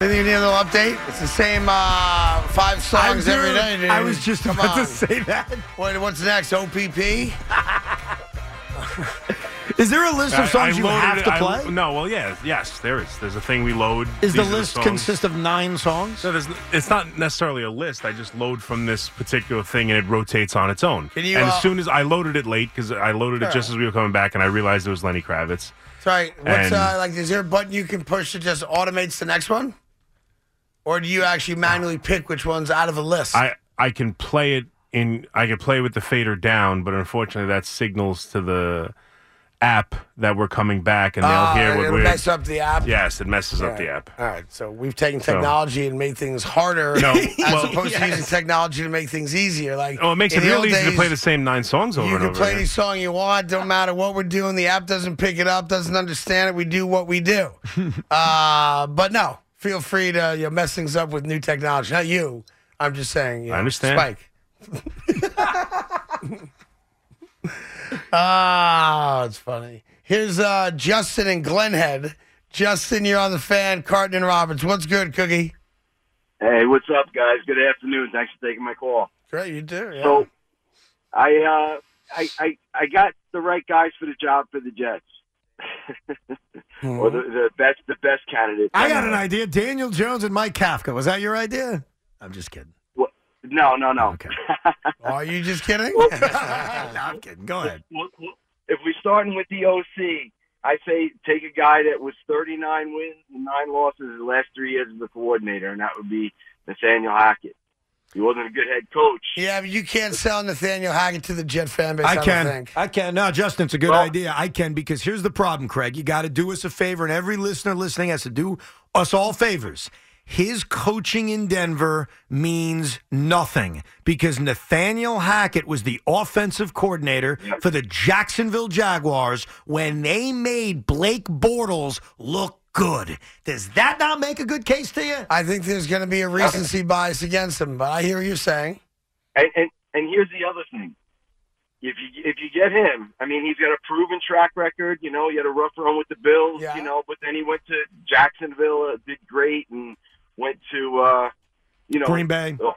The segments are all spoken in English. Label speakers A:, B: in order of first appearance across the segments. A: Anything you need a little update? It's the same uh, five songs
B: I'm
A: every
B: doing-
A: day. dude.
B: I was just
A: Come
B: about
A: on.
B: to say that.
A: What, what's next? OPP?
B: Is there a list of songs you
C: loaded
B: have
C: it-
B: to
C: I-
B: play?
C: no, well, yeah, yes, there is. There's a thing we load.
B: Is the
C: These are
B: list
C: songs.
B: consist of nine songs?
C: No, there's, it's not necessarily a list. I just load from this particular thing, and it rotates on its own.
A: Can you,
C: and
A: uh,
C: as soon as I loaded it late, because I loaded it just as we were coming back, and I realized it was Lenny Kravitz.
A: Sorry. What's
C: And-
A: uh, like? Is there a button you can push that just automates the next one, or do you actually manually pick which one's out of a list?
C: I I can play it in. I can play with the fader down, but unfortunately, that signals to the app that we're coming back, and they'll
A: Ah,
C: hear what
A: it'll
C: we're.
A: mess up the app.
C: Yes, it messes up the app.
A: All right, so we've taken technology and made things harder,
C: No,
A: as
C: well-
A: opposed to using technology to make things easier. Like,
C: Oh, it makes
A: in
C: it
A: the
C: real
A: old
C: easy to
A: days,
C: play the same nine songs over
A: You
C: and
A: can
C: over.
A: play
C: again.
A: any song you want. Don't matter what we're doing. The app doesn't pick it up. Doesn't understand it. We do what we do. uh, but no, feel free to you know, mess things up with new technology. Not you. I'm just saying. You know,
C: I understand.
A: Spike. Ah, it's funny. Here's uh, Justin and Glenhead. Justin, you're on the fan. Carton and Roberts. What's good, Cookie?
D: Hey, what's up, guys? Good afternoon. Thanks for taking my call.
A: Great, you do. Yeah.
D: So, I, uh, I, I, I got the right guys for the job for the Jets, or the, the best, the best candidate.
B: Mm-hmm. I got an idea. Daniel Jones and Mike Kafka. Was that your idea? I'm just kidding.
D: Well, No, no, no.
B: Okay.
A: Are you just kidding?
B: No, I'm kidding. Go ahead.
D: Well, well, if we're starting with the OC, I say take a guy that was 39 wins and nine losses in the last three years as a coordinator, and that would be Nathaniel Hackett. He wasn't a good head coach.
A: yeah, but you can't sell Nathaniel Hackett to the Jet fan base. I,
B: I can.
A: Don't think.
B: I can. No, Justin, it's a good
D: Well-
B: idea. I can because here's the problem, Craig. You got to do us a favor, and every listener listening has to do us all favors. His coaching in Denver means nothing because Nathaniel Hackett was the offensive coordinator for the Jacksonville Jaguars when they made Blake Bortles look good. Does that not make a good case to you?
A: I think there's going to be a recency bias against him, but I hear what you're saying.
D: And, and and here's the other thing. If you if you get him, I mean, he's got a proven track record. You know, he had a rough run with the Bills.
A: Yeah.
D: You know, but then he went to Jacksonville, uh, did great, and went to uh, you know
B: Green Bay.
D: uh,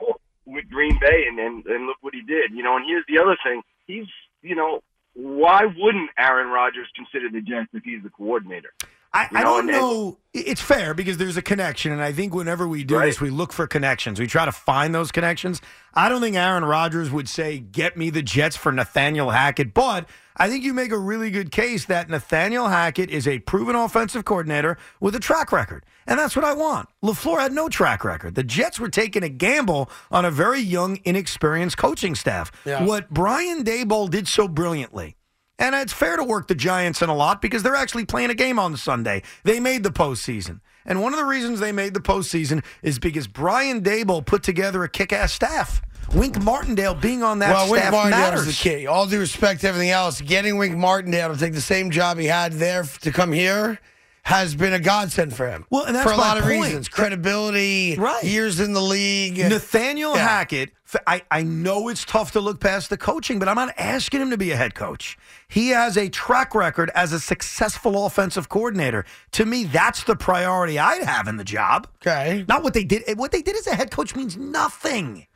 D: with Green Bay, and, and and look what he did. You know, and here's the other thing. He's you know. Why wouldn't Aaron Rodgers consider the Jets if he's the coordinator?
B: I,
D: You
B: I
D: know,
B: don't
D: and- and-
B: know. I- It's fair because there's a connection, and I think whenever we do
D: Right.
B: this, we look for connections. We try to find those connections. I don't think Aaron Rodgers would say, "Get me the Jets for Nathaniel Hackett," but I think you make a really good case that Nathaniel Hackett is a proven offensive coordinator with a track record, and that's what I want. Lafleur had no track record. The Jets were taking a gamble on a very young, inexperienced coaching staff.
A: Yeah.
B: What Brian Dayball did so brilliantly. And it's fair to work the Giants in a lot because they're actually playing a game on Sunday. They made the postseason. And one of the reasons they made the postseason is because Brian Dable put together a kick ass staff. Wink Martindale being on that
A: well, Wink
B: staff
A: Martindale
B: matters.
A: is the key. All due respect to everything else, getting Wink Martindale to take the same job he had there f- to come here has been a godsend for him.
B: Well, and that's
A: for a
B: my
A: lot of
B: point.
A: reasons: credibility,
B: Right.
A: years in the league.
B: Nathaniel
A: Yeah.
B: Hackett, f- I, I know it's tough to look past the coaching, but I'm not asking him to be a head coach. He has a track record as a successful offensive coordinator. To me, that's the priority I'd have in the job.
A: okay,
B: Not what they did. What they did as a head coach means nothing.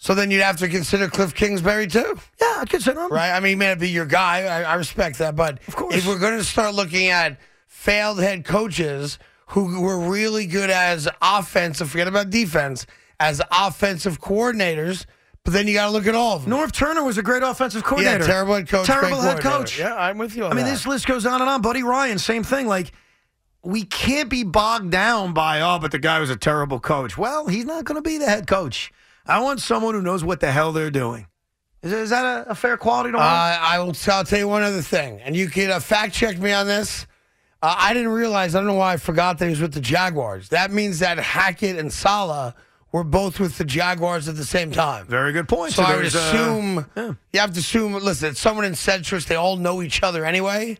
A: so then you'd have to consider Cliff Kingsbury too.
B: Yeah, I'd consider him.
A: right? I mean, he may not be your guy. I, I respect that, but
B: Of course.
A: if we're going to start looking at failed head coaches who were really good as offensive, forget about defense, as offensive coordinators, but then you got to look at all of them.
B: North Turner was a great offensive
A: yeah,
B: coordinator.
A: terrible head coach, great
B: Terrible head
A: coordinator.
B: coach.
A: Yeah, I'm with you. On
B: I mean,
A: that.
B: this list goes on and on. Buddy Ryan, same thing. Like, we can't be bogged down by, oh, but the guy was a terrible coach. Well, he's not going to be the head coach. I want someone who knows what the hell they're doing. Is, is that a, a fair quality to
A: Uh,
B: want?
A: I will. I'll tell you one other thing, and you can uh, fact check me on this. Uh, I didn't realize. I don't know why I forgot that he was with the Jaguars. That means that Hackett and Sala were both with the Jaguars at the same time.
B: Very good point.
A: So I would
B: there's, uh,
A: assume you have to assume. Listen, it's someone in Centris, they all know each other anyway.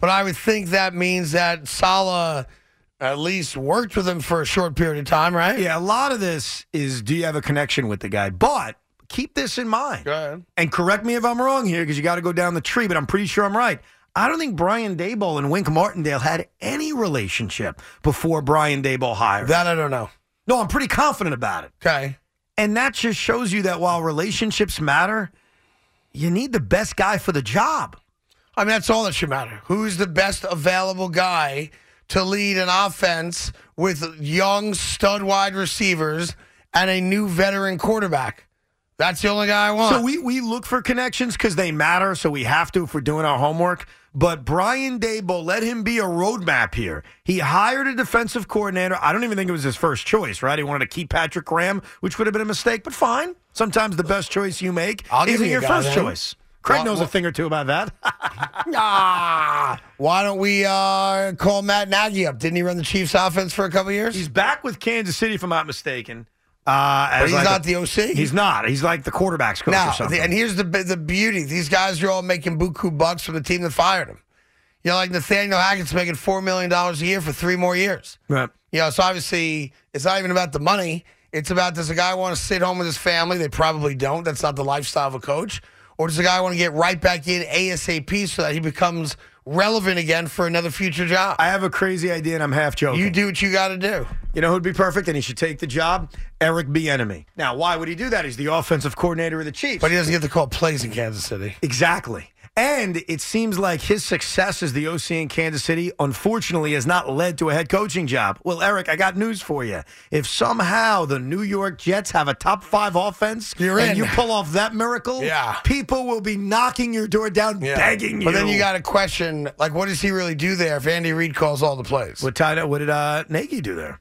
A: But I would think that means that Sala at least worked with him for a short period of time, right?
B: yeah, a lot of this is do you have a connection with the guy? But keep this in mind.
A: Go ahead.
B: And correct me if I'm wrong here because you got to go down the tree, but I'm pretty sure I'm right. I don't think Brian Dayball and Wink Martindale had any relationship before Brian Dayball hired.
A: That I don't know.
B: no, I'm pretty confident about it.
A: Okay.
B: And that just shows you that while relationships matter, you need the best guy for the job.
A: I mean, that's all that should matter. Who's the best available guy to lead an offense with young stud wide receivers and a new veteran quarterback? That's the only guy I want.
B: So we, we look for connections because they matter. So we have to if we're doing our homework. But Brian Dable, let him be a roadmap here. He hired a defensive coordinator. I don't even think it was his first choice, right? He wanted to keep Patrick Graham, which would have been a mistake, but fine. Sometimes the best choice you make
A: I'll give
B: isn't
A: you a
B: your
A: guy
B: first
A: then.
B: choice. Craig
A: Wha-
B: knows a
A: wha-
B: thing or two about that.
A: ah, why don't we uh, call Matt Nagy up? Didn't he run the Chiefs offense for a couple years?
B: he's back with Kansas City, if I'm not mistaken. Uh, as
A: but he's
B: like
A: not
B: a-
A: the OC.
B: He's not. He's like the quarterbacks coach or
A: now,
B: something.
A: the- and here's the bi- the beauty: these guys are all making buku bucks from the team that fired him. You know, like Nathaniel Hackett's making four million dollars a year for three more years.
B: Right.
A: You know, so obviously it's not even about the money. It's about does a guy want to sit home with his family? They probably don't. That's not the lifestyle of a coach. Or does a guy want to get right back in ASAP so that he becomes relevant again for another future job?
B: I have a crazy idea and I'm half joking.
A: you do what you got to do.
B: You know who'd be perfect and he should take the job? Eric Bieniemy. Now, why would he do that? He's the offensive coordinator of the Chiefs.
A: But he doesn't get to call plays in Kansas City.
B: exactly. And it seems like his success as the OC in Kansas City, unfortunately, has not led to a head coaching job. Well, Eric, I got news for you. If somehow the New York Jets have a top five offense
A: You're
B: and
A: in.
B: you pull off that miracle,
A: Yeah.
B: people will be knocking your door down, begging you.
A: But then you got to question, like, what does he really do there if Andy Reid calls all the plays?
B: What, tied up, what did uh, Nagy do there?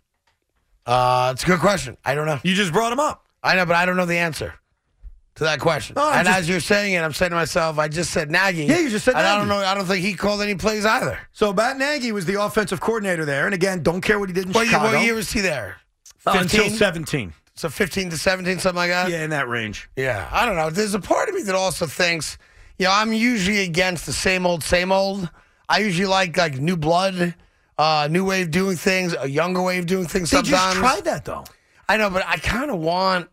A: Uh, it's a good question. I don't know.
B: You just brought him up.
A: I know, but I don't know the answer to that question.
B: No, I'm
A: and
B: just-
A: as you're saying it, I'm saying to myself, I just said Nagy.
B: Yeah, you just said
A: and I don't
B: Nagy.
A: know. I don't think he called any plays either.
B: So Matt Nagy was the offensive coordinator there, and again, don't care what he did in
A: What year,
B: Chicago
A: what year was he there?
B: Uh,
A: 15?
B: until seventeen.
A: So 15 to 17, something like that?
B: Yeah, in that range.
A: Yeah, I don't know. There's a part of me that also thinks, you know, I'm usually against the same old, same old. I usually like like new blood, uh, new way of doing things, a younger way of doing things.
B: They
A: sometimes
B: just tried that though,
A: I know, but I kind of want.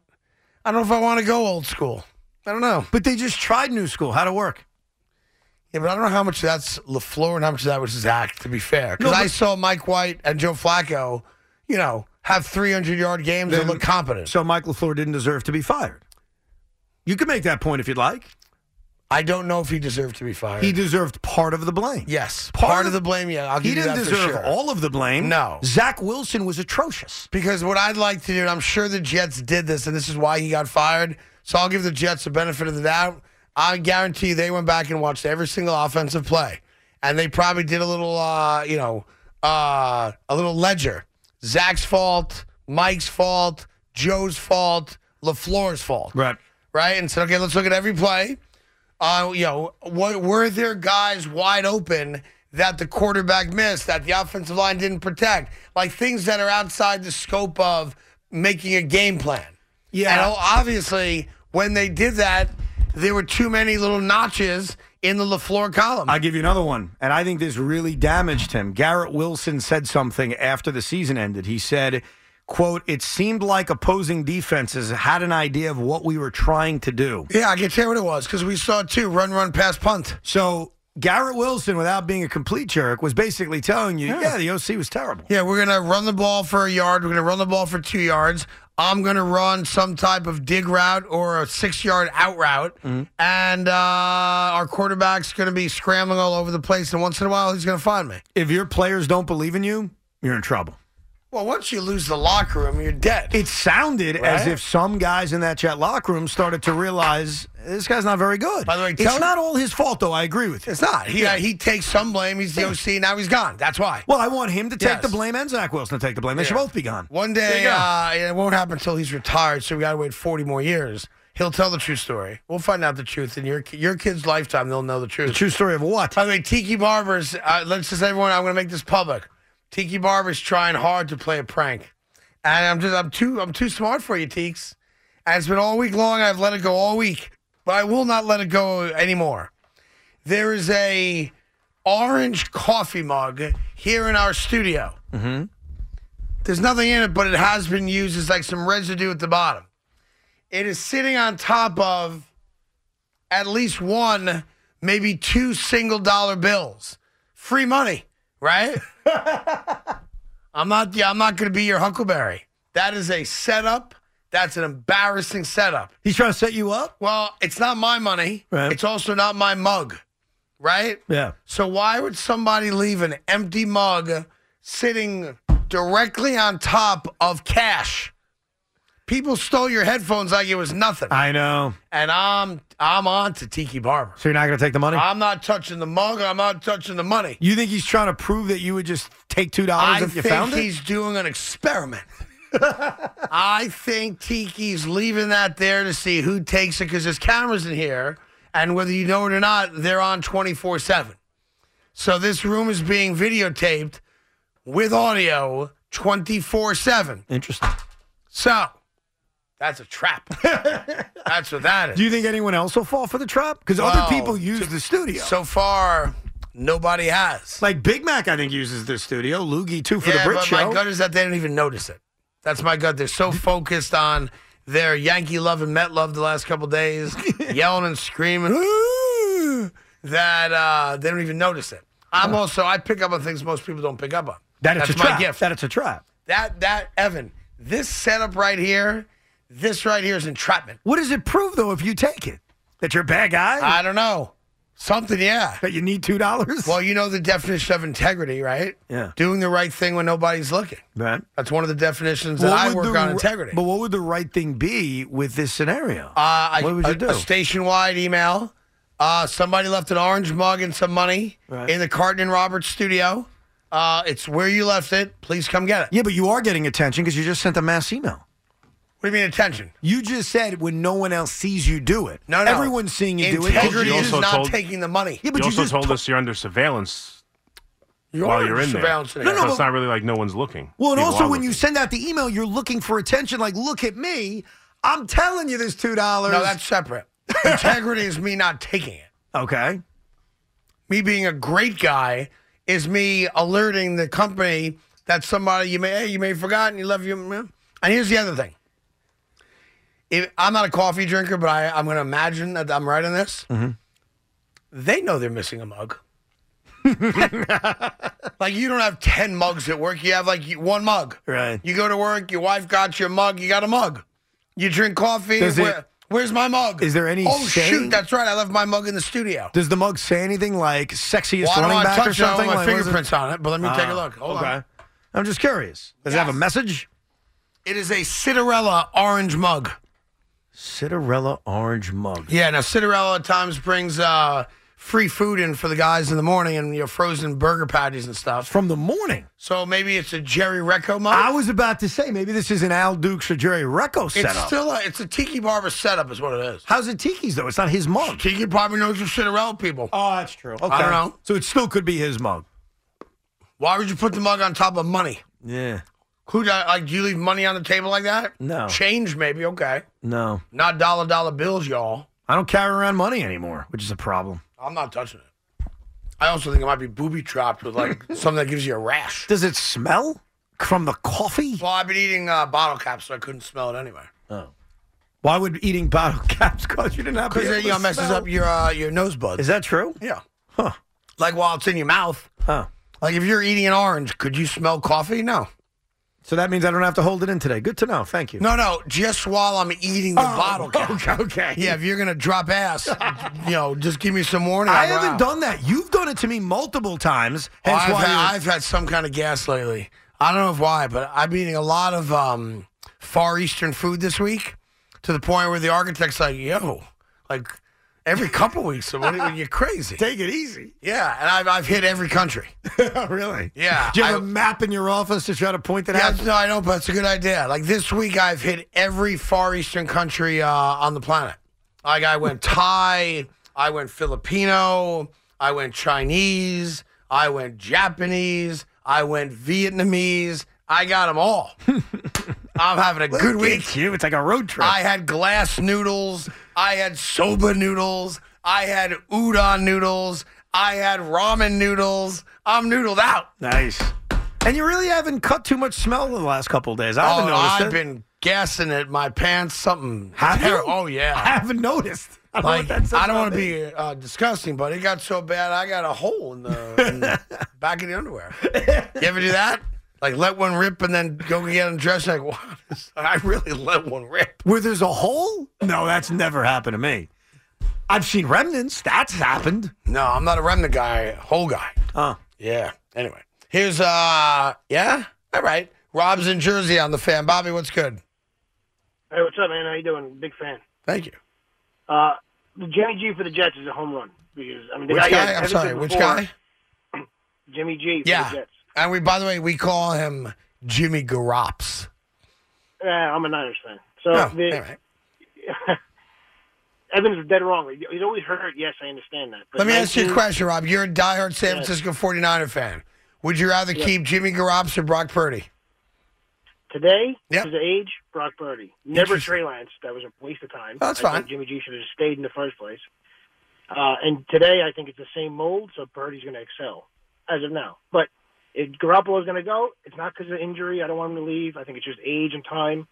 A: I don't know if I want to go old school. I don't know.
B: but they just tried new school how to work.
A: Yeah, but I don't know how much of that's Lafleur and how much of that was his act. To be fair, because
B: No,
A: I
B: but-
A: saw Mike White and Joe Flacco, you know, have 300 yard games and
B: Then-
A: look competent.
B: So Mike Lefleur didn't deserve to be fired. You can make that point if you'd like.
A: I don't know if he deserved to be fired.
B: He deserved part of the blame.
A: yes,
B: Part
A: part,
B: of-
A: of, the blame. Yeah, I'll give
B: He
A: you
B: didn't
A: that
B: deserve
A: for sure.
B: all of the blame.
A: No.
B: Zach Wilson was atrocious.
A: Because what I'd like to do, and I'm sure the Jets did this, and this is why he got fired. So I'll give the Jets the benefit of the doubt. I guarantee you they went back and watched every single offensive play, and they probably did a little, uh, you know, uh, a little ledger. Zach's fault, Mike's fault, Joe's fault, Lafleur's fault
B: Right.
A: right? And said, okay, let's look at every play. Uh, you know, what, were there guys wide open that the quarterback missed, that the offensive line didn't protect? Like things that are outside the scope of making a game plan.
B: Yeah.
A: And o- obviously, when they did that, there were too many little notches in the LaFleur column.
B: I'll give you another one. And I think this really damaged him. Garrett Wilson said something after the season ended. He said, quote, it seemed like opposing defenses had an idea of what we were trying to do.
A: yeah, I can tell you what it was because we saw two run, run, pass, punt.
B: So Garrett Wilson, without being a complete jerk, was basically telling you, yeah, the OC was terrible.
A: Yeah, we're gonna run the ball for a yard. We're gonna run the ball for two yards. I'm gonna run some type of dig route or a six yard out route, and uh, our quarterback's gonna be scrambling all over the place. And once in a while, he's gonna find me.
B: If your players don't believe in you, you're in trouble.
A: Well, once you lose the locker room, you're dead.
B: It sounded as
A: Right.
B: if some guys in that chat locker room started to realize this guy's not very good.
A: By the way,
B: it's
A: tell-
B: not all his fault, though. I agree with you.
A: It's not. He uh, he takes some blame. He's the OC. Now he's gone. That's why.
B: Well, I want him to take
A: Yes.
B: the blame and Zach Wilson to take the blame. They should
A: Yeah.
B: both be gone.
A: One
B: There you
A: day,
B: go.
A: uh, it won't happen until he's retired. So we gotta wait 40 more years. He'll tell the true story. We'll find out the truth in your your kid's lifetime. They'll know the truth.
B: The true story of what?
A: By the way, Tiki Barber's. Uh, let's just everyone. I'm going to make this public. Tiki Barber's trying hard to play a prank, and I'm just I'm too I'm too smart for you, Teeks. And it's been all week long. I've let it go all week, but I will not let it go anymore. There is a orange coffee mug here in our studio. Mm-hmm. There's nothing in it, but it has been used. It's like some residue at the bottom. It is sitting on top of at least one, maybe two single dollar bills. Free money, right? I'm not I'm not gonna be your Huckleberry. That is a setup. That's an embarrassing setup.
B: He's trying to set you up?
A: Well, it's not my money.
B: Right.
A: It's also not my mug, right?
B: Yeah.
A: So why would somebody leave an empty mug sitting directly on top of cash? People stole your headphones like it was nothing.
B: I know.
A: and I'm I'm on to Tiki Barber.
B: So you're not going to take the money?
A: I'm not touching the mug. I'm not touching the money.
B: you think he's trying to prove that you would just take $2
A: I
B: if you
A: think
B: found Oh, it?
A: he's doing an experiment. I think Tiki's leaving that there to see who takes it because there's cameras in here, and whether you know it or not, they're on 24 7. So this room is being videotaped with audio 24 7.
B: Interesting.
A: So that's a trap. that's what that is.
B: Do you think anyone else will fall for the trap? Because
A: Well,
B: other people use the studio.
A: so far, nobody has.
B: like Big Mac, I think, uses the studio. Loogie, too, for
A: yeah,
B: the Brit
A: but
B: Show.
A: my gut is that they don't even notice it. That's my gut. They're so focused on their Yankee love and Met love the last couple days, yelling and screaming "Ooh," that uh, they don't even notice it. I'm also I pick up on things most people don't pick up on.
B: that it's
A: That's
B: a
A: my
B: trap.
A: gift.
B: That it's a trap.
A: that that Evan, this setup right here, this right here is entrapment.
B: What does it prove, though, if you take it? That you're a bad guy?
A: I don't know, something. Yeah.
B: that you need $2?
A: Well, you know the definition of integrity, right?
B: Yeah.
A: Doing the right thing when nobody's looking.
B: right.
A: That's one of the definitions that I
B: would
A: work
B: the
A: on
B: ri-
A: integrity.
B: But what would the right thing be with this scenario?
A: Uh, I,
B: what would you
A: a,
B: do?
A: A station-wide email. Uh, somebody left an orange mug and some money
B: Right.
A: in the Carton and Roberts studio. Uh, it's where you left it. Please come get it.
B: yeah, but you are getting attention because you just sent a mass email.
A: What do you mean attention?
B: You just said when no one else sees you do it.
A: No, no.
B: Everyone's seeing you do it.
A: Integrity
C: You
A: is
C: also
A: not
C: told-
A: taking the money.
B: Yeah, but
C: You
B: you,
C: also
B: just
C: told
B: to-
C: us you're under surveillance
A: You're
C: while you're in there.
A: surveillance
C: So
A: today.
B: no,
C: it's
B: but-
C: not really like no one's looking.
B: Well, and
C: People
B: also
C: are
B: when you
C: looking.
B: send out the email, you're looking for attention. Like, look at me. I'm telling you, this two dollars.
A: No, that's separate. integrity is me not taking it.
B: okay.
A: Me being a great guy is me alerting the company that somebody you may hey, you may have forgotten you left your. And here's the other thing. If, I'm not a coffee drinker, but I, I'm going to imagine that I'm right on this.
B: Mm-hmm.
A: They know they're missing a mug. like you don't have ten mugs at work. You have like you- one mug.
B: Right.
A: You go to work. Your wife got you a mug. You got a mug. You drink coffee.
B: Does it-
A: where- where's my mug?
B: Is there any
A: Oh
B: saying-
A: shoot! That's right. I left my mug in the studio.
B: Does the mug say anything like sexiest
A: Well, I don't
B: running
A: want to
B: back or
A: touch it. I don't
B: something?
A: want my
B: Like, what is it?
A: fingerprints on it, but let me take a
B: Ah,
A: look. Hold
B: okay.
A: on.
B: I'm just curious. Does it have a
A: Yes.
B: message?
A: It is a Cinderella orange mug.
B: Cinderella orange mug.
A: Yeah, now Cinderella at times brings uh, free food in for the guys in the morning and you know, frozen burger patties and stuff.
B: From the morning.
A: So maybe it's a Jerry Recco mug.
B: I was about to say maybe this is an Al Dukes or Jerry Recco
A: it's
B: setup.
A: still a, it's a Tiki Barber setup is what it is.
B: How's it Tiki's though? It's not his mug.
A: Tiki probably knows your Cinderella people.
B: Oh, that's true. Okay.
A: don't know.
B: So it still could be his mug.
A: Why would you put the mug on top of money?
B: Yeah.
A: Who do- like? Do you leave money on the table like that?
B: No.
A: Change maybe. Okay.
B: No.
A: Not dollar dollar bills, y'all.
B: I don't carry around money anymore, which is a problem.
A: I'm not touching it. I also think it might be booby trapped with like something that gives you a rash.
B: Does it smell from the coffee?
A: Well, I've been eating uh, bottle caps, so I couldn't smell it anyway.
B: Why would eating bottle caps cause you to not be
A: Because
B: able
A: it you
B: to
A: know, messes
B: smell?
A: up your uh, your nose buds.
B: Is that true?
A: yeah.
B: Huh.
A: Like while it's in your mouth.
B: Huh.
A: Like if you're eating an orange, could you smell coffee? No.
B: So that means I don't have to hold it in today. Good to know. Thank you.
A: No, no. Just while I'm eating the bottle cap.
B: Okay. okay.
A: Yeah, if you're gonna drop ass, you know, just give me some warning.
B: I
A: I'm
B: haven't
A: out.
B: done that. You've done it to me multiple times.
A: Oh,
B: Hence
A: I've,
B: why
A: had,
B: you're-
A: I've had some kind of gas lately. I don't know if why, but I've been eating a lot of um, Far Eastern food this week to the point where the architect's like, yo, like, every couple weeks. So what, are you- you're crazy.
B: Take it easy.
A: Yeah, and I've, I've hit every country.
B: Oh, really?
A: Yeah,
B: Do you have a
A: I-
B: map in your office to try to point that
A: Yeah,
B: out?
A: no, I know, but it's a good idea. Like this week, I've hit every Far Eastern country uh, on the planet. Like I went Thai, I went Filipino, I went Chinese, I went Japanese, I went Vietnamese. I got them all. I'm having a good week.
B: you. It's like a road trip.
A: I had glass noodles. I had soba noodles. I had udon noodles. I had ramen noodles. I'm noodled out.
B: nice. And you really haven't cut too much smell in the last couple of days. I haven't
A: Oh,
B: noticed
A: I've
B: it.
A: been gassing at my pants. Something.
B: Have
A: ter-
B: you?
A: Oh
B: I
A: yeah.
B: haven't noticed. I don't, know
A: Like
B: what that says
A: I don't
B: about
A: want to
B: me.
A: be uh, disgusting, but it got so bad I got a hole in the, in the back of the underwear. You ever do that? Like let one rip and then go get undressed. Like what? is- I really let one rip.
B: where there's a hole. No, that's never happened to me. I've seen remnants. That's happened.
A: No, I'm not a remnant guy. Whole guy.
B: Huh.
A: Yeah. Anyway, here's uh yeah. All right. Rob's in Jersey on the fan. Bobby, what's good?
E: Hey, what's up, man? How you doing? Big fan.
A: Thank you.
E: Uh, the Jimmy G for the Jets is a home run because I mean the
A: Which
E: guy. had
A: guy? I'm
E: everything
A: sorry. Which
E: before.
A: guy?
E: Jimmy G for
A: Yeah.
E: the Jets.
A: And we, by the way, we call him Jimmy Garops.
E: Yeah, I'm a Niners fan. So
A: No,
E: the,
A: Oh, all right.
E: Evans is dead wrong. He- He's always hurt. Yes, I understand that. But
A: Let me ask you a
E: 19
A: question, Rob. You're a diehard San
E: Yes.
A: Francisco 49er fan. Would you rather keep Jimmy Garops or Brock Purdy?
E: Today,
A: Yep.
E: to the age, Brock Purdy. Never
A: Interesting.
E: Trey Lance. That was a waste of time.
A: Oh, that's
E: I think
A: fine.
E: Jimmy G should have stayed in the first place. Uh, and today, I think it's the same mold, so Purdy's going to excel as of now. But if Garoppolo's going to go, it's not because of injury. I don't want him to leave. I think it's just age and time.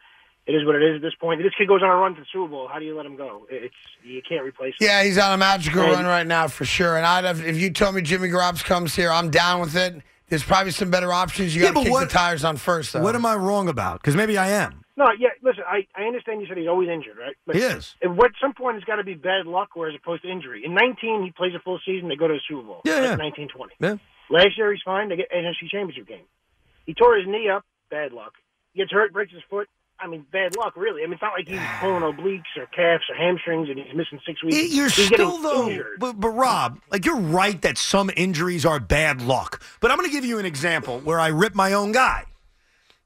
E: It is what it is at this point. If this kid goes on a run to the Super Bowl, how do you let him go? It- It's you can't replace him.
A: Yeah, he's on a magical
E: Right.
A: run right now for sure. And I'd have, if you told me Jimmy Garops comes here, I'm down with it. There's probably some better options. You
B: Yeah,
A: got to
B: but
A: kick
B: what-
A: the tires on first, though.
B: What am I wrong about? Because maybe I am.
E: No, yeah. Listen, I, I understand you said he's always injured, right? But
B: He is.
E: At what some point, it's got to be bad luck, or as opposed to injury. In 19, he plays a full season. They go to the Super Bowl.
B: Yeah,
E: like
B: yeah.
E: 19, 20.
B: Yeah.
E: Last year, he's fine. They get NFC Championship game. He tore his knee up. Bad luck. He gets hurt, breaks his foot. I mean, bad luck, really. I mean, it's not like he's pulling obliques or calves or hamstrings, and he's missing six weeks.
B: Y- You're
E: he's
B: still
E: getting
B: though,
E: Injured.
B: but, but Rob, like you're right that some injuries are bad luck. But I'm going to give you an example where I rip my own guy.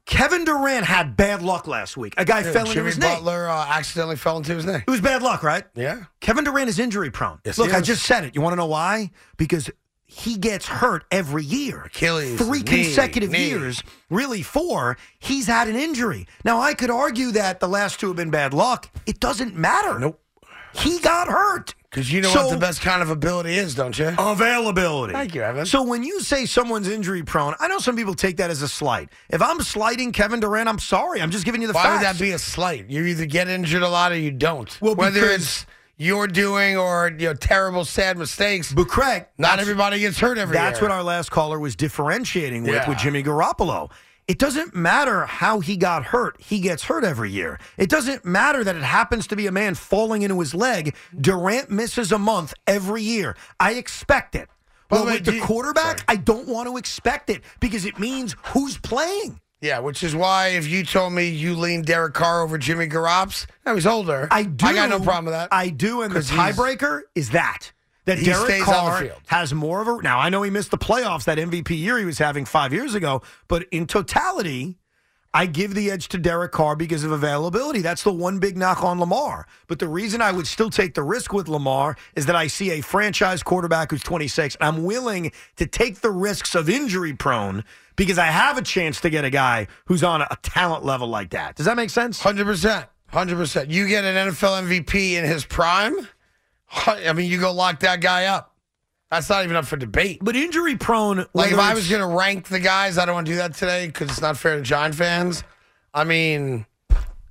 B: Kevin Durant had bad luck last week. A guy fell into
A: Jimmy
B: his knee.
A: Butler uh, accidentally fell into his knee.
B: It was bad luck, right?
A: Yeah.
B: Kevin Durant is injury prone.
A: Yes,
B: Look,
A: he
B: I
A: is.
B: just said it. You want to know why? Because he gets hurt every year.
A: Achilles,
B: Three
A: knee,
B: consecutive
A: knee.
B: years, really four, he's had an injury. Now, I could argue that the last two have been bad luck. It doesn't matter.
A: Nope.
B: He got hurt.
A: Because you know
B: So-
A: what the best kind of ability is, don't you?
B: Availability.
A: Thank you, Evan.
B: So when you say someone's injury prone, I know some people take that as a slight. If I'm slighting Kevin Durant, I'm sorry. I'm just giving you the
A: Why
B: facts.
A: would that be a slight? You either get injured a lot or you don't.
B: Well,
A: Whether
B: because-
A: it's your doing or you know, terrible, sad mistakes,
B: But Craig,
A: not
B: that's-
A: everybody gets hurt every
B: That's
A: year.
B: what our last caller was differentiating with
A: Yeah.
B: with Jimmy Garoppolo. It doesn't matter how he got hurt. He gets hurt every year. It doesn't matter that it happens to be a man falling into his leg. Durant misses a month every year. I expect it.
A: By
B: But
A: the way,
B: with the
A: do you-
B: quarterback, I don't want to expect it because it means who's playing.
A: Yeah, which is why if you told me you leaned Derek Carr over Jimmy Garoppolo, I was older.
B: I do.
A: I got no problem with that.
B: I do, and the
A: 'Cause he's-
B: tiebreaker is that that
A: He
B: Derek
A: stays on the
B: Carr
A: field.
B: has more of a. Now I know he missed the playoffs that MVP year he was having five years ago, but in totality. I give the edge to Derek Carr because of availability. That's the one big knock on Lamar. But the reason I would still take the risk with Lamar is that I see a franchise quarterback who's 26. And I'm willing to take the risks of injury prone because I have a chance to get a guy who's on a talent level like that. Does that make sense?
A: 100%. 100%. You get an NFL MVP in his prime, I mean, you go lock that guy up. That's not even up for debate.
B: But injury prone,
A: Like, if
B: whether
A: I
B: it's-
A: was going to rank the guys, I don't want to do that today because it's not fair to Giant fans. I mean,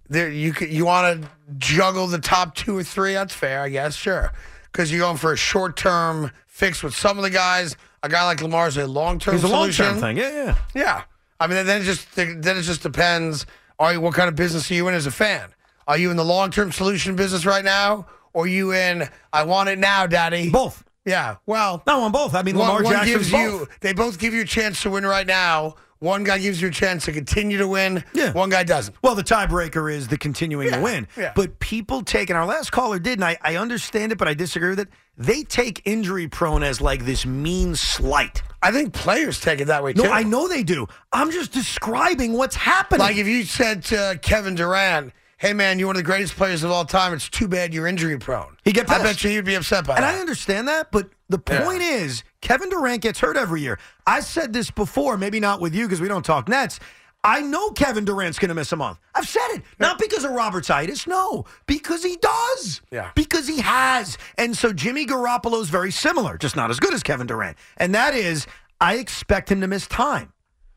A: there you could, you want to juggle the top two or three. That's fair, I guess. Sure, because you're going for a short term fix with some of the guys. A guy like Lamar is a long term
B: It's a long
A: solution.
B: term thing. Yeah, yeah.
A: Yeah, I mean, then it just then it just depends. Are you, what kind of business are you in as a fan? Are you in the long term solution business right now, or are you in I want it now, Daddy?
B: Both.
A: Yeah. Well,
B: No, on both. I mean,
A: one,
B: Lamar
A: one
B: Jackson's
A: gives
B: both.
A: you. They both give you a chance to win right now. One guy gives you a chance to continue to win.
B: Yeah.
A: One guy doesn't.
B: Well, the tiebreaker is the continuing to win.
A: yeah.
B: But people take, and our last caller did, and I, I understand it, but I disagree with it. They take injury prone as like this mean slight.
A: I think players take it that way
B: No,
A: too.
B: I know they do. I'm just describing what's happening.
A: Like if you said to Kevin Durant, "Hey man, you're one of the greatest players of all time. It's too bad you're injury prone."
B: He'd get
A: I
B: pissed.
A: bet you he'd be upset by
B: and
A: that.
B: I understand that, but the point is Kevin Durant gets hurt every year. I said this before, maybe not with you because we don't talk Nets. I know Kevin Durant's going to miss a month. I've said it. Not because of Robertitis, no, because he does.
A: Yeah.
B: Because he has. And so Jimmy Garoppolo's very similar, just not as good as Kevin Durant. And that is, I expect him to miss time.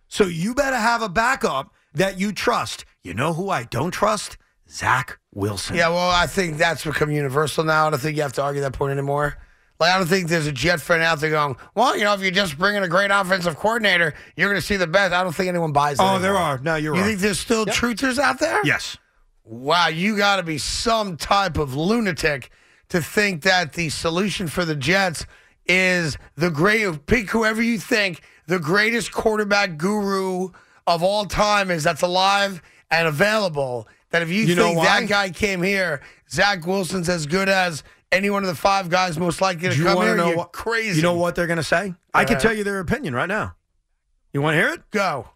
B: So you better have a backup that you trust. You know who I don't trust? Zach Wilson.
A: Yeah, well, I think that's become universal now. I don't think you have to argue that point anymore. Like, I don't think there's a Jet fan out there going, well, you know, if you just bring in a great offensive coordinator, you're going to see the best. I don't think anyone buys that.
B: Oh, there
A: anymore.
B: are. No, you're
A: You
B: right.
A: think there's still truthers out there?
B: yes.
A: Wow, you got to be some type of lunatic to think that the solution for the Jets is the great pick whoever you think the greatest quarterback guru of all time is that's alive and available. That if you,
B: You know
A: think that
B: why?
A: guy came here, Zach Wilson's as good as any one of the five guys most likely to
B: Do you
A: come
B: want
A: here.
B: to know
A: you're
B: what
A: crazy.
B: You know what they're going to say? I can
A: Uh,
B: tell you their opinion right now. You want to hear it?
A: Go.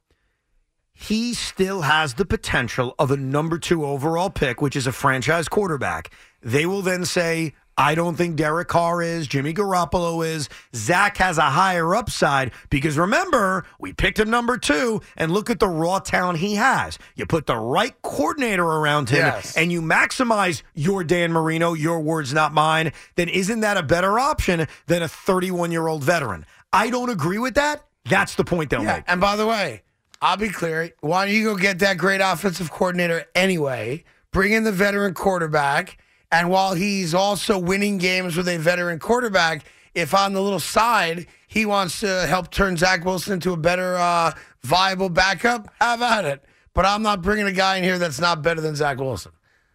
B: He still has the potential of a number two overall pick, which is a franchise quarterback. They will then say, I don't think Derek Carr is, Jimmy Garoppolo is, Zach has a higher upside because remember, we picked him number two, and look at the raw talent he has. You put the right coordinator around him,
A: Yes.
B: and you maximize your Dan Marino, your words, not mine, then isn't that a better option than a 31 year old veteran? I don't agree with that. That's the point they'll
A: Yeah,
B: make.
A: and by the way, I'll be clear. Why don't you go get that great offensive coordinator anyway? Bring in the veteran quarterback, and while he's also winning games with a veteran quarterback, if on the little side he wants to help turn Zach Wilson into a better, uh, viable backup, have at it. But I'm not bringing a guy in here that's not better than Zach Wilson.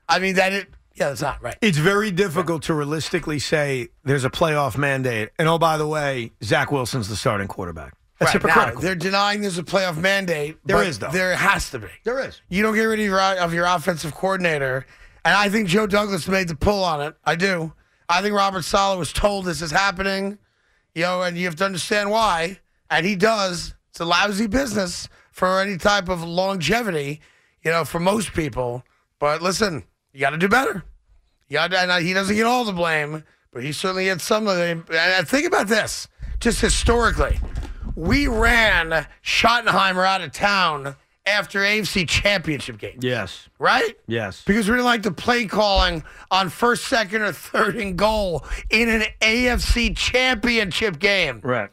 A: I mean that it. Yeah, that's not right.
B: It's very difficult to realistically say there's a playoff mandate, and oh by the way, Zach Wilson's the starting quarterback. That's
A: Right, now,
B: hypocritical.
A: they're denying there's a playoff mandate.
B: There
A: but
B: is, though.
A: There has to be.
B: there is.
A: You don't get rid of your of your offensive coordinator, and I think Joe Douglas made the pull on it. I do. I think Robert Sala was told this is happening, you know, and you have to understand why. And he does. It's a lousy business for any type of longevity, you know, for most people. But listen, you got to do better. You got to, and I- he doesn't get all the blame, but he certainly had some of the. And I think about this, just historically, we ran Schottenheimer out of town after AFC Championship game,
B: Yes.
A: right?
B: Yes.
A: Because we didn't like the play calling on first, second, or third and goal in an AFC Championship game.
B: Right.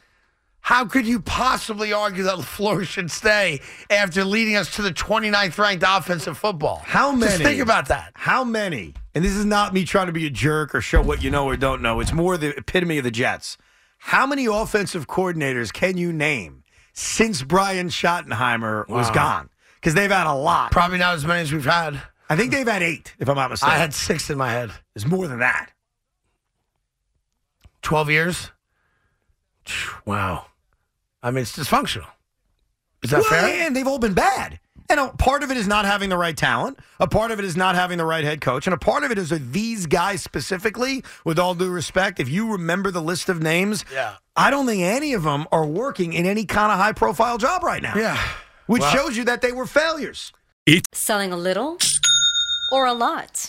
A: How could you possibly argue that LaFleur should stay after leading us to the 29th ranked offense in football?
B: How
A: Just
B: many-
A: think about that.
B: How many? And this is not me trying to be a jerk or show what you know or don't know. It's more the epitome of the Jets. How many offensive coordinators can you name since Brian Schottenheimer was gone? Because they've had a lot.
A: Probably not as many as we've had.
B: I think they've had eight, if I'm not mistaken.
A: I had six in my head.
B: There's more than that.
A: 12 years? Wow. I mean, it's dysfunctional. Is that
B: well,
A: fair?
B: And they've all been bad. And a part of it is not having the right talent. A part of it is not having the right head coach. And a part of it is with these guys specifically, with all due respect, if you remember the list of names,
A: Yeah.
B: I don't think any of them are working in any kind of high profile job right now.
A: Yeah.
B: Which shows you that they were failures.
F: Selling a little or a lot?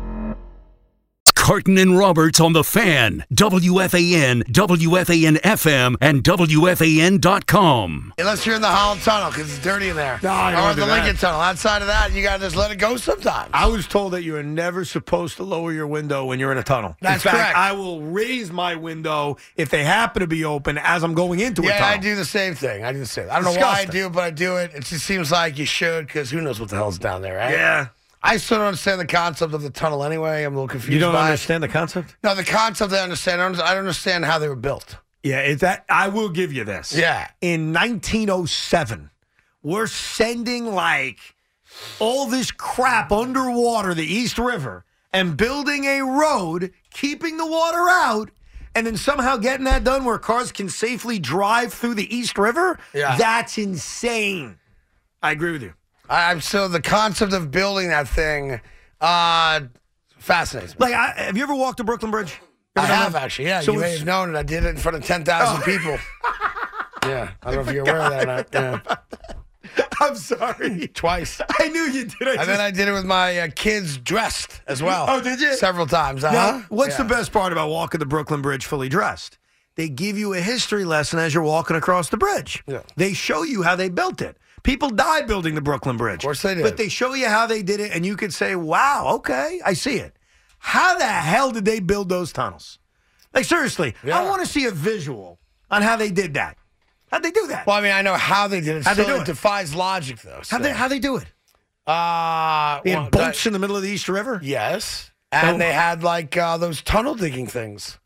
G: Carton and Roberts on the fan, WFAN, WFAN FM, and WFAN.com.
A: Unless you're in the Holland Tunnel, because it's dirty in there.
B: No, I don't
A: or
B: wanna
A: the
B: do that.
A: Lincoln Tunnel. Outside of that, you got to just let it go sometimes.
B: I was told that you are never supposed to lower your window when you're in a tunnel.
A: That's
B: in fact,
A: correct.
B: I will raise my window if they happen to be open as I'm going into a
A: yeah,
B: tunnel.
A: I do the same thing. I do the same. I don't know why I
B: Disgusting.
A: do, it, but I do it. It just seems like you should, because who knows what the hell's down there, right?
B: Yeah.
A: I still don't understand the concept of the tunnel anyway. I'm a little confused.
B: You don't
A: by it.
B: understand the concept?
A: No, the concept I understand. I don't- I don't understand how they were built.
B: Yeah, it's that I will give you this.
A: Yeah.
B: In 1907, we're sending like all this crap underwater the East River and building a road, keeping the water out, and then somehow getting that done where cars can safely drive through the East River.
A: Yeah.
B: That's insane. I agree with you.
A: I, I'm still the concept of building that thing. Uh, fascinates me.
B: Like, I, have you ever walked the Brooklyn Bridge?
A: I have actually. Yeah,
B: So
A: you may
B: it's- Oh.
A: have known it. I did it in front of ten thousand people. Yeah, I don't know if you're aware of that. Or not. Yeah.
B: I'm sorry.
A: Twice.
B: I knew you did. I
A: And then I did it with my uh, kids dressed as well.
B: Oh, did you?
A: Several times.
B: Now,
A: Uh-huh.
B: what's
A: Yeah.
B: the best part about walking the Brooklyn Bridge fully dressed? They give you a history lesson as you're walking across the bridge.
A: Yeah.
B: They show you how they built it. People died building the Brooklyn Bridge. Of
A: course they did.
B: But they show you how they did it, and you could say, wow, okay, I see it. How the hell did they build those tunnels? Like, seriously,
A: Yeah.
B: I want to see a visual on how they did that. How'd they do that?
A: Well, I mean, I know how they did it.
B: How'd they
A: Still,
B: do
A: it
B: it?
A: defies logic, though. So.
B: how'd, they, how'd they do it?
A: uh,
B: They
A: well,
B: had boats
A: that-
B: in the middle of the East River?
A: yes, and
B: Oh.
A: they had like uh, those tunnel digging things.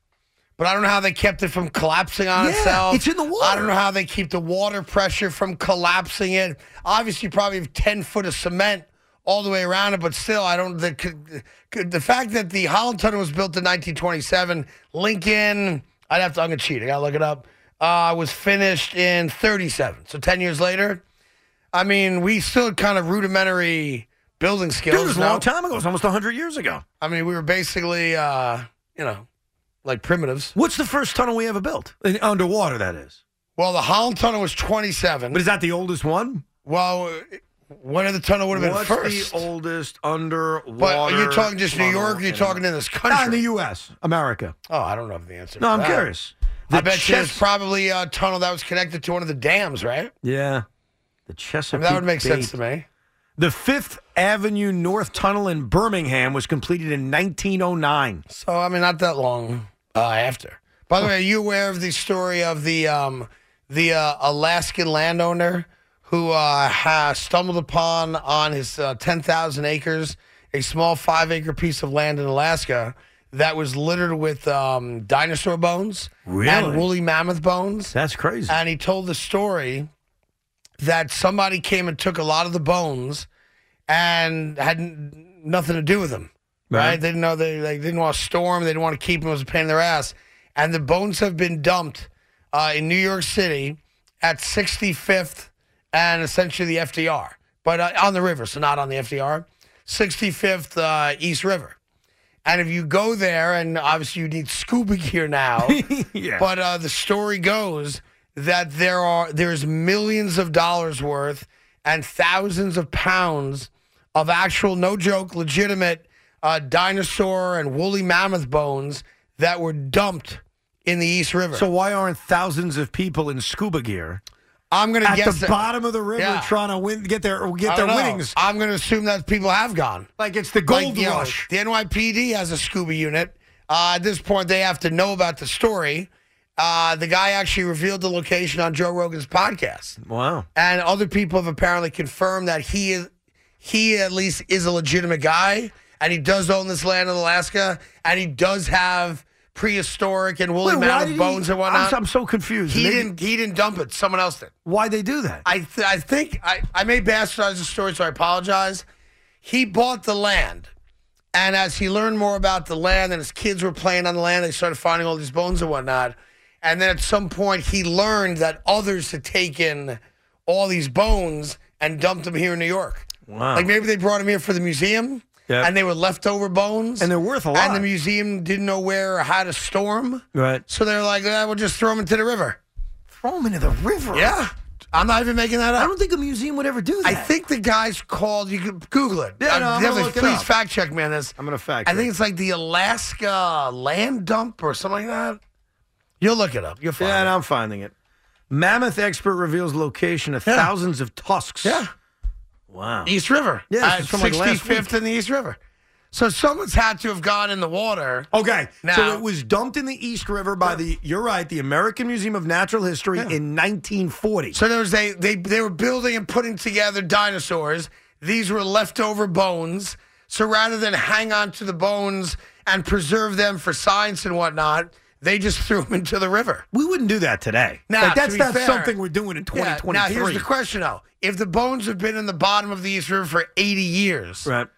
A: But I don't know how they kept it from collapsing on
B: Yeah,
A: itself.
B: it's in the water.
A: I don't know how they keep the water pressure from collapsing it. Obviously, you probably have ten foot of cement all the way around it, but still, I don't. The, could- could- the fact that the Holland Tunnel was built in 1927, Lincoln. I'd have to. I'm gonna cheat. I gotta look it up. Uh, was finished in 37, so 10 years later. I mean, we still had kind of rudimentary building skills.
B: Dude, it was a
A: no?
B: long time ago. It was almost 100 years ago.
A: I mean, we were basically, uh, you know, like primitives.
B: What's the first tunnel we ever built? In- Underwater, that is.
A: Well, the Holland Tunnel was 27.
B: But is that the oldest one?
A: well, when the tunnel would have been
B: What's
A: first?
B: the oldest underwater?
A: but are you talking just New
B: tunnel
A: York? Or you
B: in
A: talking
B: America?
A: in this
B: Not in the
A: country?
B: U.S. America?
A: oh, I don't know the answer.
B: No,
A: to
B: I'm
A: that.
B: curious.
A: I bet you
B: Chesa-
A: there's probably a tunnel that was connected to one of the dams, right?
B: yeah,
A: I
B: the Chesapeake.
A: mean, that would make
B: Bay-
A: sense to me.
B: The Fifth Avenue North Tunnel in Birmingham was completed in 1909.
A: So, I mean, not that long uh, after. By the way, are you aware of the story of the um, the uh, Alaskan landowner who uh, has stumbled upon on his uh, 10,000 acres a small five acre piece of land in Alaska that was littered with um, dinosaur bones and
B: Really?
A: woolly mammoth bones?
B: That's crazy.
A: and he told the story that somebody came and took a lot of the bones and had n- nothing to do with them. Right?
B: Right.
A: They didn't know they, they didn't want to storm. They didn't want to keep them. It was a pain in their ass. And the bones have been dumped uh, in New York City at 65th and essentially the FDR, but uh, on the river, so not on the FDR, 65th uh, East River. And if you go there, and obviously you need scuba gear now.
B: yeah.
A: But uh, the story goes that there are there's millions of dollars worth and thousands of pounds of actual no joke legitimate uh, dinosaur and woolly mammoth bones that were dumped in the East River.
B: So why aren't thousands of people in scuba gear
A: I'm going to
B: at
A: guess
B: the
A: that-
B: bottom of the river
A: Yeah.
B: trying to win, get their
A: I
B: get their
A: don't know.
B: winnings?
A: I'm going to assume that people have gone.
B: Like it's the gold
A: Like, you know,
B: rush.
A: the NYPD has a scuba unit. Uh, at this point, they have to know about the story. Uh, the guy actually revealed the location on Joe Rogan's podcast,
B: Wow.
A: and other people have apparently confirmed that he is, he at least is a legitimate guy, and he does own this land in Alaska, and he does have prehistoric and woolly
B: Wait, why did
A: mammoth
B: he-
A: bones and
B: I'm,
A: whatnot.
B: so- I'm so confused.
A: he
B: Maybe-
A: didn't he didn't dump it. Someone else did.
B: Why they do that?
A: I th- I think I, I may bastardize the story, so I apologize. He bought the land, and as he learned more about the land, and his kids were playing on the land, they started finding all these bones and whatnot. And then at some point, he learned that others had taken all these bones and dumped them here in New York.
B: Wow.
A: Like maybe they brought them here for the museum,
B: Yep.
A: and they were leftover bones,
B: And they're worth a lot.
A: And the museum didn't know where or how to store them,
B: right.
A: so they're like, "Ah, "We'll just throw them into the river."
B: Throw them into the river.
A: Yeah, I'm not even making that up.
B: I don't think a museum would ever do that.
A: I think the guy's called. You can Google it.
B: Yeah,
A: Uh,
B: no, I'm gonna
A: definitely-
B: look it
A: please
B: up.
A: fact check me on this.
B: I'm gonna fact
A: I think
B: check.
A: it's like the Alaska land dump or something like that. You'll look it up. You'll find
B: Yeah, and
A: it.
B: I'm finding it. Mammoth expert reveals location of
A: Yeah.
B: thousands of tusks.
A: Yeah.
B: Wow.
A: East River.
B: Yeah,
A: Uh,
B: it's from, like, last
A: 65th in the East River. So someone's had to have gone in the water.
B: Okay. so
A: Now-
B: it was dumped in the East River by the, you're right, the American Museum of Natural History in 1940.
A: So there was they they they were building and putting together dinosaurs. These were leftover bones. So rather than hang on to the bones and preserve them for science and whatnot, they just threw them into the river.
B: we wouldn't do that today.
A: Now,
B: Like,
A: to
B: that's
A: be
B: not
A: fair-
B: something we're doing in
A: Yeah,
B: 2023.
A: now here's the question though: If the bones have been in the bottom of the East River for 80 years,
B: Right. Oh.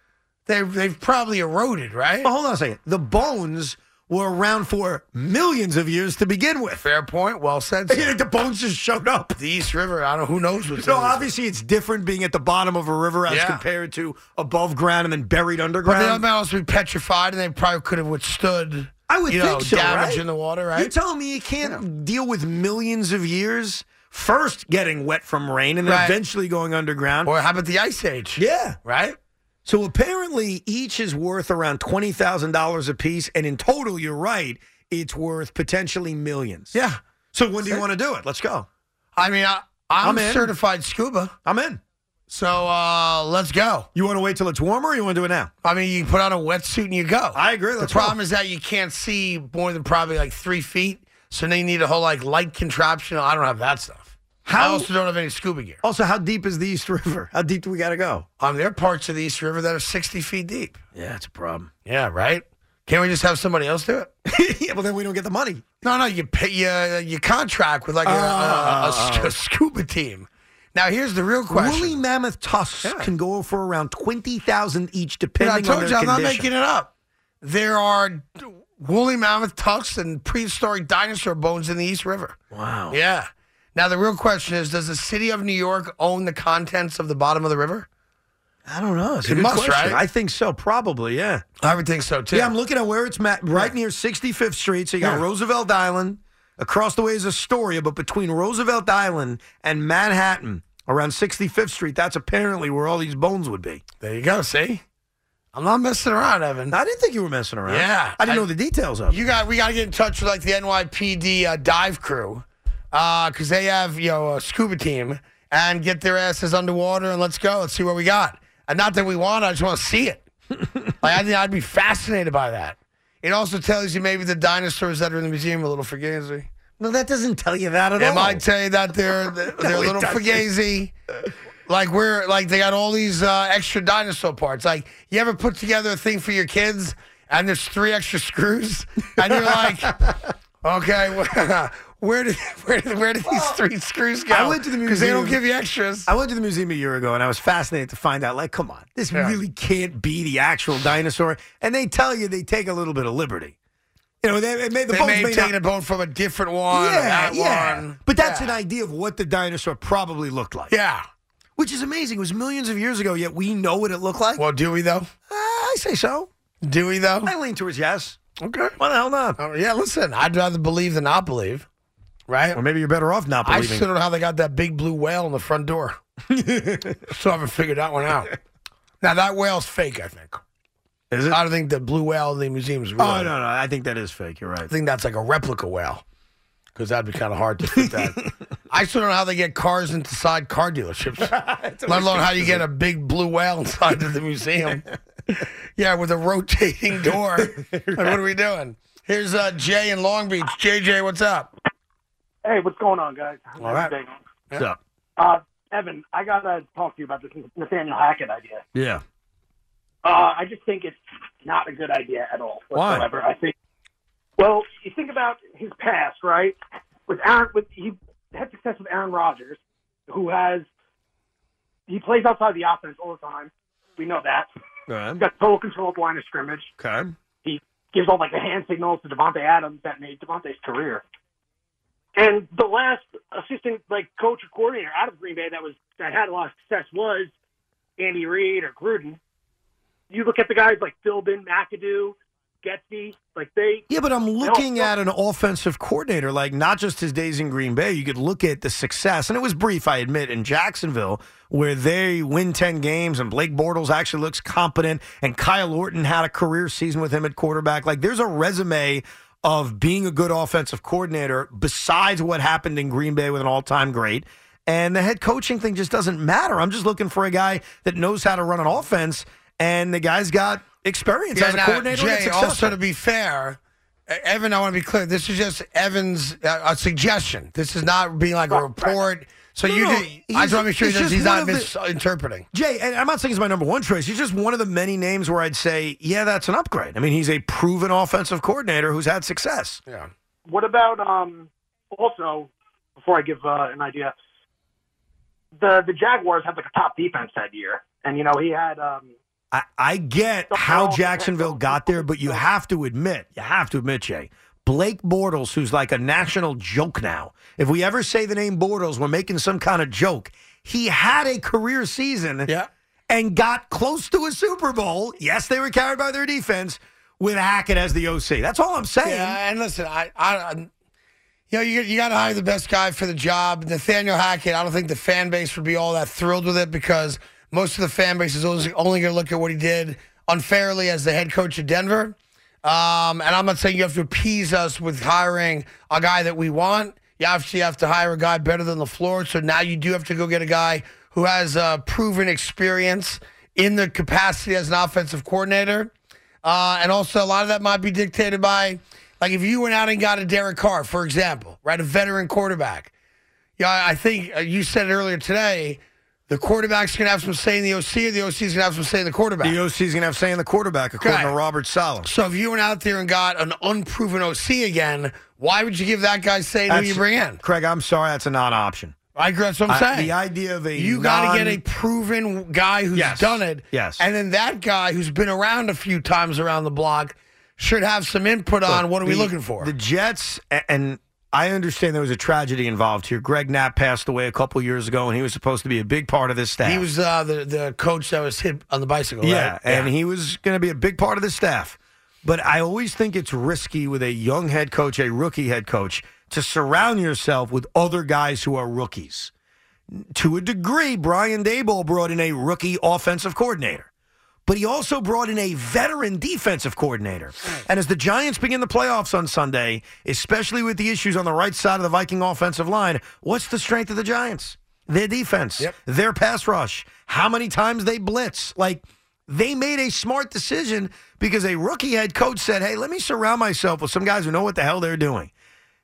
A: they've they've probably eroded, right?
B: Well, hold on a second. The bones were around for millions of years to begin with.
A: Fair point. Well said.
B: You
A: sir.
B: think the bones just showed up?
A: the East River, I don't. Who knows what's
B: No,
A: in this.
B: obviously it's different being at the bottom of a river as
A: Yeah.
B: compared to above ground and then buried
A: But they
B: underground.
A: might also be petrified, and they probably could have withstood.
B: I would
A: you know,
B: think so,
A: damage
B: right?
A: in the water,
B: You're
A: right?
B: telling me you can't deal with millions of years first getting wet from rain and then
A: Right.
B: eventually going underground?
A: or how about the Ice Age?
B: yeah.
A: Right.
B: So apparently each is worth around twenty thousand dollars a piece, and in total, you're right, it's worth potentially millions.
A: Yeah.
B: So when do you want to do it? Let's go.
A: I mean, I, I'm,
B: I'm in.
A: certified scuba,
B: I'm in.
A: so uh, let's go.
B: You want to wait till it's warmer, or you want to do it now?
A: I mean, you put on a wetsuit and you go.
B: I agree,
A: The
B: let's
A: problem
B: go.
A: is that you can't see more than probably like three feet, so they need a whole like light contraption. I don't have that stuff. I
B: How?
A: also don't have any scuba gear.
B: Also, how deep is the East River? How deep do we got to go?
A: Um, there are parts of the East River that are sixty feet deep.
B: Yeah, it's a problem.
A: Yeah, right. Can't we just have somebody else do it?
B: yeah, well then we don't get the money.
A: No, no, you pay, you you contract with like a, a- a s- a scuba team. Now here's the real question.
B: Woolly mammoth tusks can go for around twenty thousand each,
A: Dude,
B: depending
A: I told
B: on
A: you,
B: their
A: I'm not
B: condition.
A: making it up. There are woolly mammoth tusks and prehistoric dinosaur bones in the East River.
B: Wow.
A: Yeah. Now the real question is: Does the city of New York own the contents of the bottom of the river?
B: I don't know. It's a
A: It
B: good
A: must,
B: question.
A: right?
B: I think so. Probably, yeah.
A: I would think so too.
B: Yeah, I'm looking at where it's at, right near 65th Street. So you got
A: Yeah.
B: Roosevelt Island. Across the way is Astoria, but between Roosevelt Island and Manhattan, around 65th Street, that's apparently where all these bones would be.
A: there you go. See, I'm not messing around, Evan.
B: I didn't think you were messing around.
A: Yeah.
B: I didn't
A: I-
B: know the details of it.
A: You got we got to get in touch with like the NYPD uh, dive crew because they have you know a scuba team and get their asses underwater and let's go. Let's see what we got. And not that we want, I just want to see it. like I think I'd be fascinated by that. It also tells you maybe the dinosaurs that are in the museum are a little fugazi.
B: No, that doesn't tell you that at
A: It
B: all.
A: might tell you that they're they're
B: No,
A: a
B: it
A: little
B: doesn't.
A: fugazi. Like we're like they got all these uh, extra dinosaur parts. Like you ever put together a thing for your kids and there's three extra screws and you're like, okay, wh- where did where did, where did these three screws go?
B: I went to the
A: because they don't
B: museum.
A: give you extras.
B: I went to the museum a year ago and I was fascinated to find out, like, come on, this
A: Yeah.
B: really can't be the actual dinosaur. And they tell you they take a little bit of liberty. You know, they, they made the
A: They
B: bones
A: may have
B: may not-
A: taken a bone from a different one. or
B: yeah,
A: that
B: yeah.
A: one.
B: But that's
A: yeah.
B: an idea of what the dinosaur probably looked like.
A: Yeah.
B: Which is amazing. It was millions of years ago, yet we know what it looked like.
A: Well, do we though?
B: Uh, I say so.
A: Do we though? Oh,
B: I lean towards yes.
A: Okay.
B: Why the hell not?
A: Oh, yeah. Listen, I'd rather believe than not believe. right?
B: Or maybe you're better off not
A: I
B: believing.
A: still don't know how they got that big blue whale on the front door. still haven't figured that one out. Now that whale's fake, I think.
B: Is it?
A: I don't think the blue whale in the museum is real.
B: Oh no, no. I think that is fake. You're right.
A: I think that's like a replica whale because that'd be kind of hard to fit that. I still don't know how they get cars inside car dealerships, let alone how you get a big blue whale inside of the museum. yeah, with a rotating door. Like, what are we doing? Here's uh, Jay in Long Beach. JJ, what's up?
H: Hey, what's going on, guys?
A: All right.
B: What's up?
H: Uh, Evan, I gotta talk to you about this Nathaniel Hackett idea.
B: Yeah.
H: Uh, I just think it's not a good idea at all
B: Why?
H: whatsoever. I think. Well, you think about his past, right? With Aaron, with he had success with Aaron Rodgers, who has he plays outside the offense all the time. We know that.
B: All
H: He's
B: right.
H: got total control of the line of scrimmage.
B: Okay.
H: gives all like the hand signals to Devontae Adams that made Devontae's career. And the last assistant like coach or coordinator out of Green Bay that was that had a lot of success was Andy Reid or Gruden. You look at the guys like Philbin, McAdoo, Getsy, like they
B: Yeah, but I'm looking
H: don't-
B: at an offensive coordinator, like not just his days in Green Bay. You could look at the success, and it was brief, I admit, in Jacksonville, where they win 10 games and Blake Bortles actually looks competent, and Kyle Orton had a career season with him at quarterback. Like, there's a resume of being a good offensive coordinator besides what happened in Green Bay with an all time great. And the head coaching thing just doesn't matter. I'm just looking for a guy that knows how to run an offense, and the guy's got experience as a
A: now,
B: coordinator. and
A: Jay,
B: it's
A: also
B: successful.
A: to be fair, uh, Evan, I want to be clear. This is just Evan's uh, a suggestion. This is not being like a report. So
B: No,
A: you,
B: no,
A: do, I
B: he's-
A: just want to make sure
B: it's
A: that
B: just
A: he's
B: one
A: not
B: of the-
A: misinterpreting.
B: Jay, and I'm not saying he's my number one choice. He's just one of the many names where I'd say, yeah, that's an upgrade. I mean, he's a proven offensive coordinator who's had success.
A: Yeah.
H: What about um, also before I give uh, an idea, the the Jaguars had like a top defense that year, and you know he had um,
B: I, I get how Jacksonville got there, but you have to admit, you have to admit, Jay, Blake Bortles, who's like a national joke now. If we ever say the name Bortles, we're making some kind of joke. He had a career season
A: Yeah.
B: and got close to a Super Bowl. Yes, they were carried by their defense with Hackett as the OC. That's all I'm saying.
A: Yeah, and listen, I, I, I you know, you, you got to hire the best guy for the job. Nathaniel Hackett. I don't think the fan base would be all that thrilled with it because most of the fan base is only, only going to look at what he did unfairly as the head coach of Denver. Um, and I'm not saying you have to appease us with hiring a guy that we want. You obviously have to hire a guy better than LaFleur. So now you do have to go get a guy who has uh, proven experience in the capacity as an offensive coordinator. Uh, and also, a lot of that might be dictated by, like, if you went out and got a Derek Carr, for example, right, a veteran quarterback. Yeah, I I think uh, you said it earlier today. The quarterback's going to have some say in the OC, or the OC's going to have some say in the quarterback.
B: The OC's going to have say in the quarterback, according
A: Okay.
B: to Robert Sala.
A: so if you went out there and got an unproven OC again, why would you give that guy say in who
B: That's-
A: you bring in?
B: Craig, I'm sorry, that's a non-option.
A: I agree. That's what I'm
B: I-
A: saying.
B: the idea of a
A: you got to
B: non-
A: get a proven guy who's
B: Yes.
A: done it.
B: Yes.
A: And then that guy who's been around a few times around the block should have some input on what are we
B: The-
A: looking for.
B: The Jets, a- and I understand there was a tragedy involved here. Greg Knapp passed away a couple years ago, and he was supposed to be a big part of this staff.
A: He was uh, the the coach that was hit on the bicycle.
B: yeah,
A: right?
B: and he was going to be a big part of the staff. But I always think it's risky with a young head coach, a rookie head coach, to surround yourself with other guys who are rookies. To a degree, Brian Dayball brought in a rookie offensive coordinator. but he also brought in a veteran defensive coordinator. And as the Giants begin the playoffs on Sunday, especially with the issues on the right side of the Viking offensive line, what's the strength of the Giants? Their defense,
A: Yep.
B: their pass rush, how many times they blitz. Like, they made a smart decision because a rookie head coach said, hey, let me surround myself with some guys who know what the hell they're doing.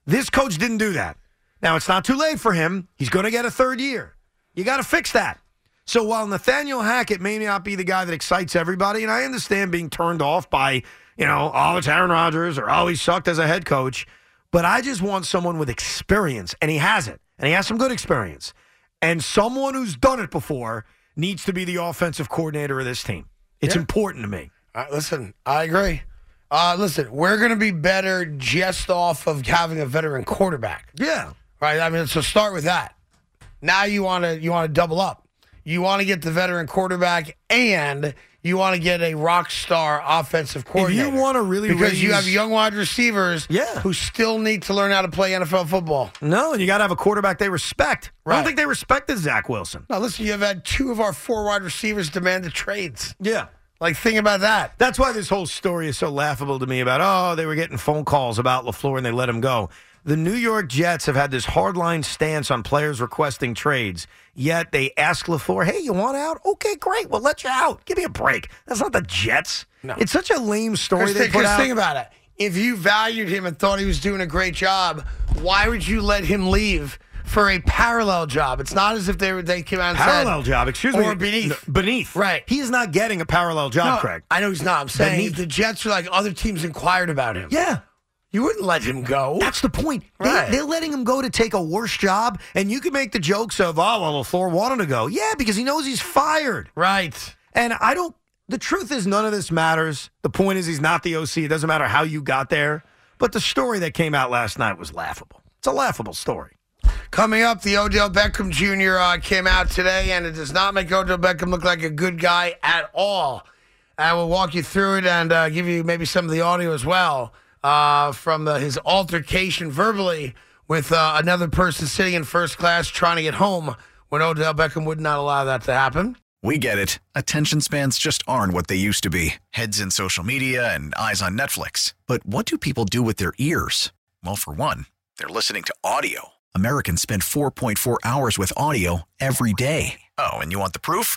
B: This coach didn't do that. Now, it's not too late for him. He's going to get a third year. You got to fix that. So while Nathaniel Hackett may not be the guy that excites everybody, and I understand being turned off by, you know, oh, it's Aaron Rodgers or oh, he sucked as a head coach, but I just want someone with experience, and he has it, and he has some good experience. And someone who's done it before needs to be the offensive coordinator of this team. It's important to me.
A: All right, listen, I agree. Uh, listen, we're going to be better just off of having a veteran quarterback,
B: Yeah.
A: right? I mean, so start with that. Now you want to you want to double up. You want to get the veteran quarterback, and you want to get a rock star offensive coordinator.
B: wanna really
A: because you
B: raise-
A: have young wide receivers
B: Yeah.
A: who still need to learn how to play NFL football.
B: No, and you got to have a quarterback they respect. I
A: Right.
B: don't think they respected Zach Wilson.
A: Now, listen, you have had two of our four wide receivers demand the trades.
B: Yeah.
A: Like, think about that.
B: That's why this whole story is so laughable to me about, oh, they were getting phone calls about LaFleur and they let him go. The New York Jets have had this hardline stance on players requesting trades, yet they ask LaFleur, hey, you want out? Okay, great. We'll let you out. Give me a break. That's not the Jets. No. It's such a lame story
A: Because
B: they
A: think,
B: put
A: 'cause
B: out.
A: think about it. If you valued him and thought he was doing a great job, why would you let him leave for a parallel job? It's not as if they were, they came out and
B: parallel
A: said,
B: job, excuse me.
A: or beneath.
B: No, beneath.
A: Right.
B: He is not getting a parallel job,
A: No,
B: Craig.
A: I know he's not. I'm saying
B: Beneath.
A: the Jets are like other teams inquired about him.
B: yeah.
A: You wouldn't let him go.
B: That's the point. They,
A: Right.
B: They're letting him go to take a worse job, and you can make the jokes of, oh, well, LaFleur wanted to go. Yeah, because he knows he's fired.
A: right.
B: And I don't, the truth is, none of this matters. The point is, he's not the OC. It doesn't matter how you got there. But the story that came out last night was laughable. It's a laughable story.
A: Coming up, the Odell Beckham Jr. Uh, came out today, and it does not make Odell Beckham look like a good guy at all. I will walk you through it and uh, give you maybe some of the audio as well uh, from the, his altercation verbally with uh, another person sitting in first class trying to get home when Odell Beckham would not allow that to happen.
I: We get it. Attention spans just aren't what they used to be heads in social media and eyes on Netflix. But what do people do with their ears? Well, for one, they're listening to audio. Americans spend 4.4 hours with audio every day. Oh, and you want the proof?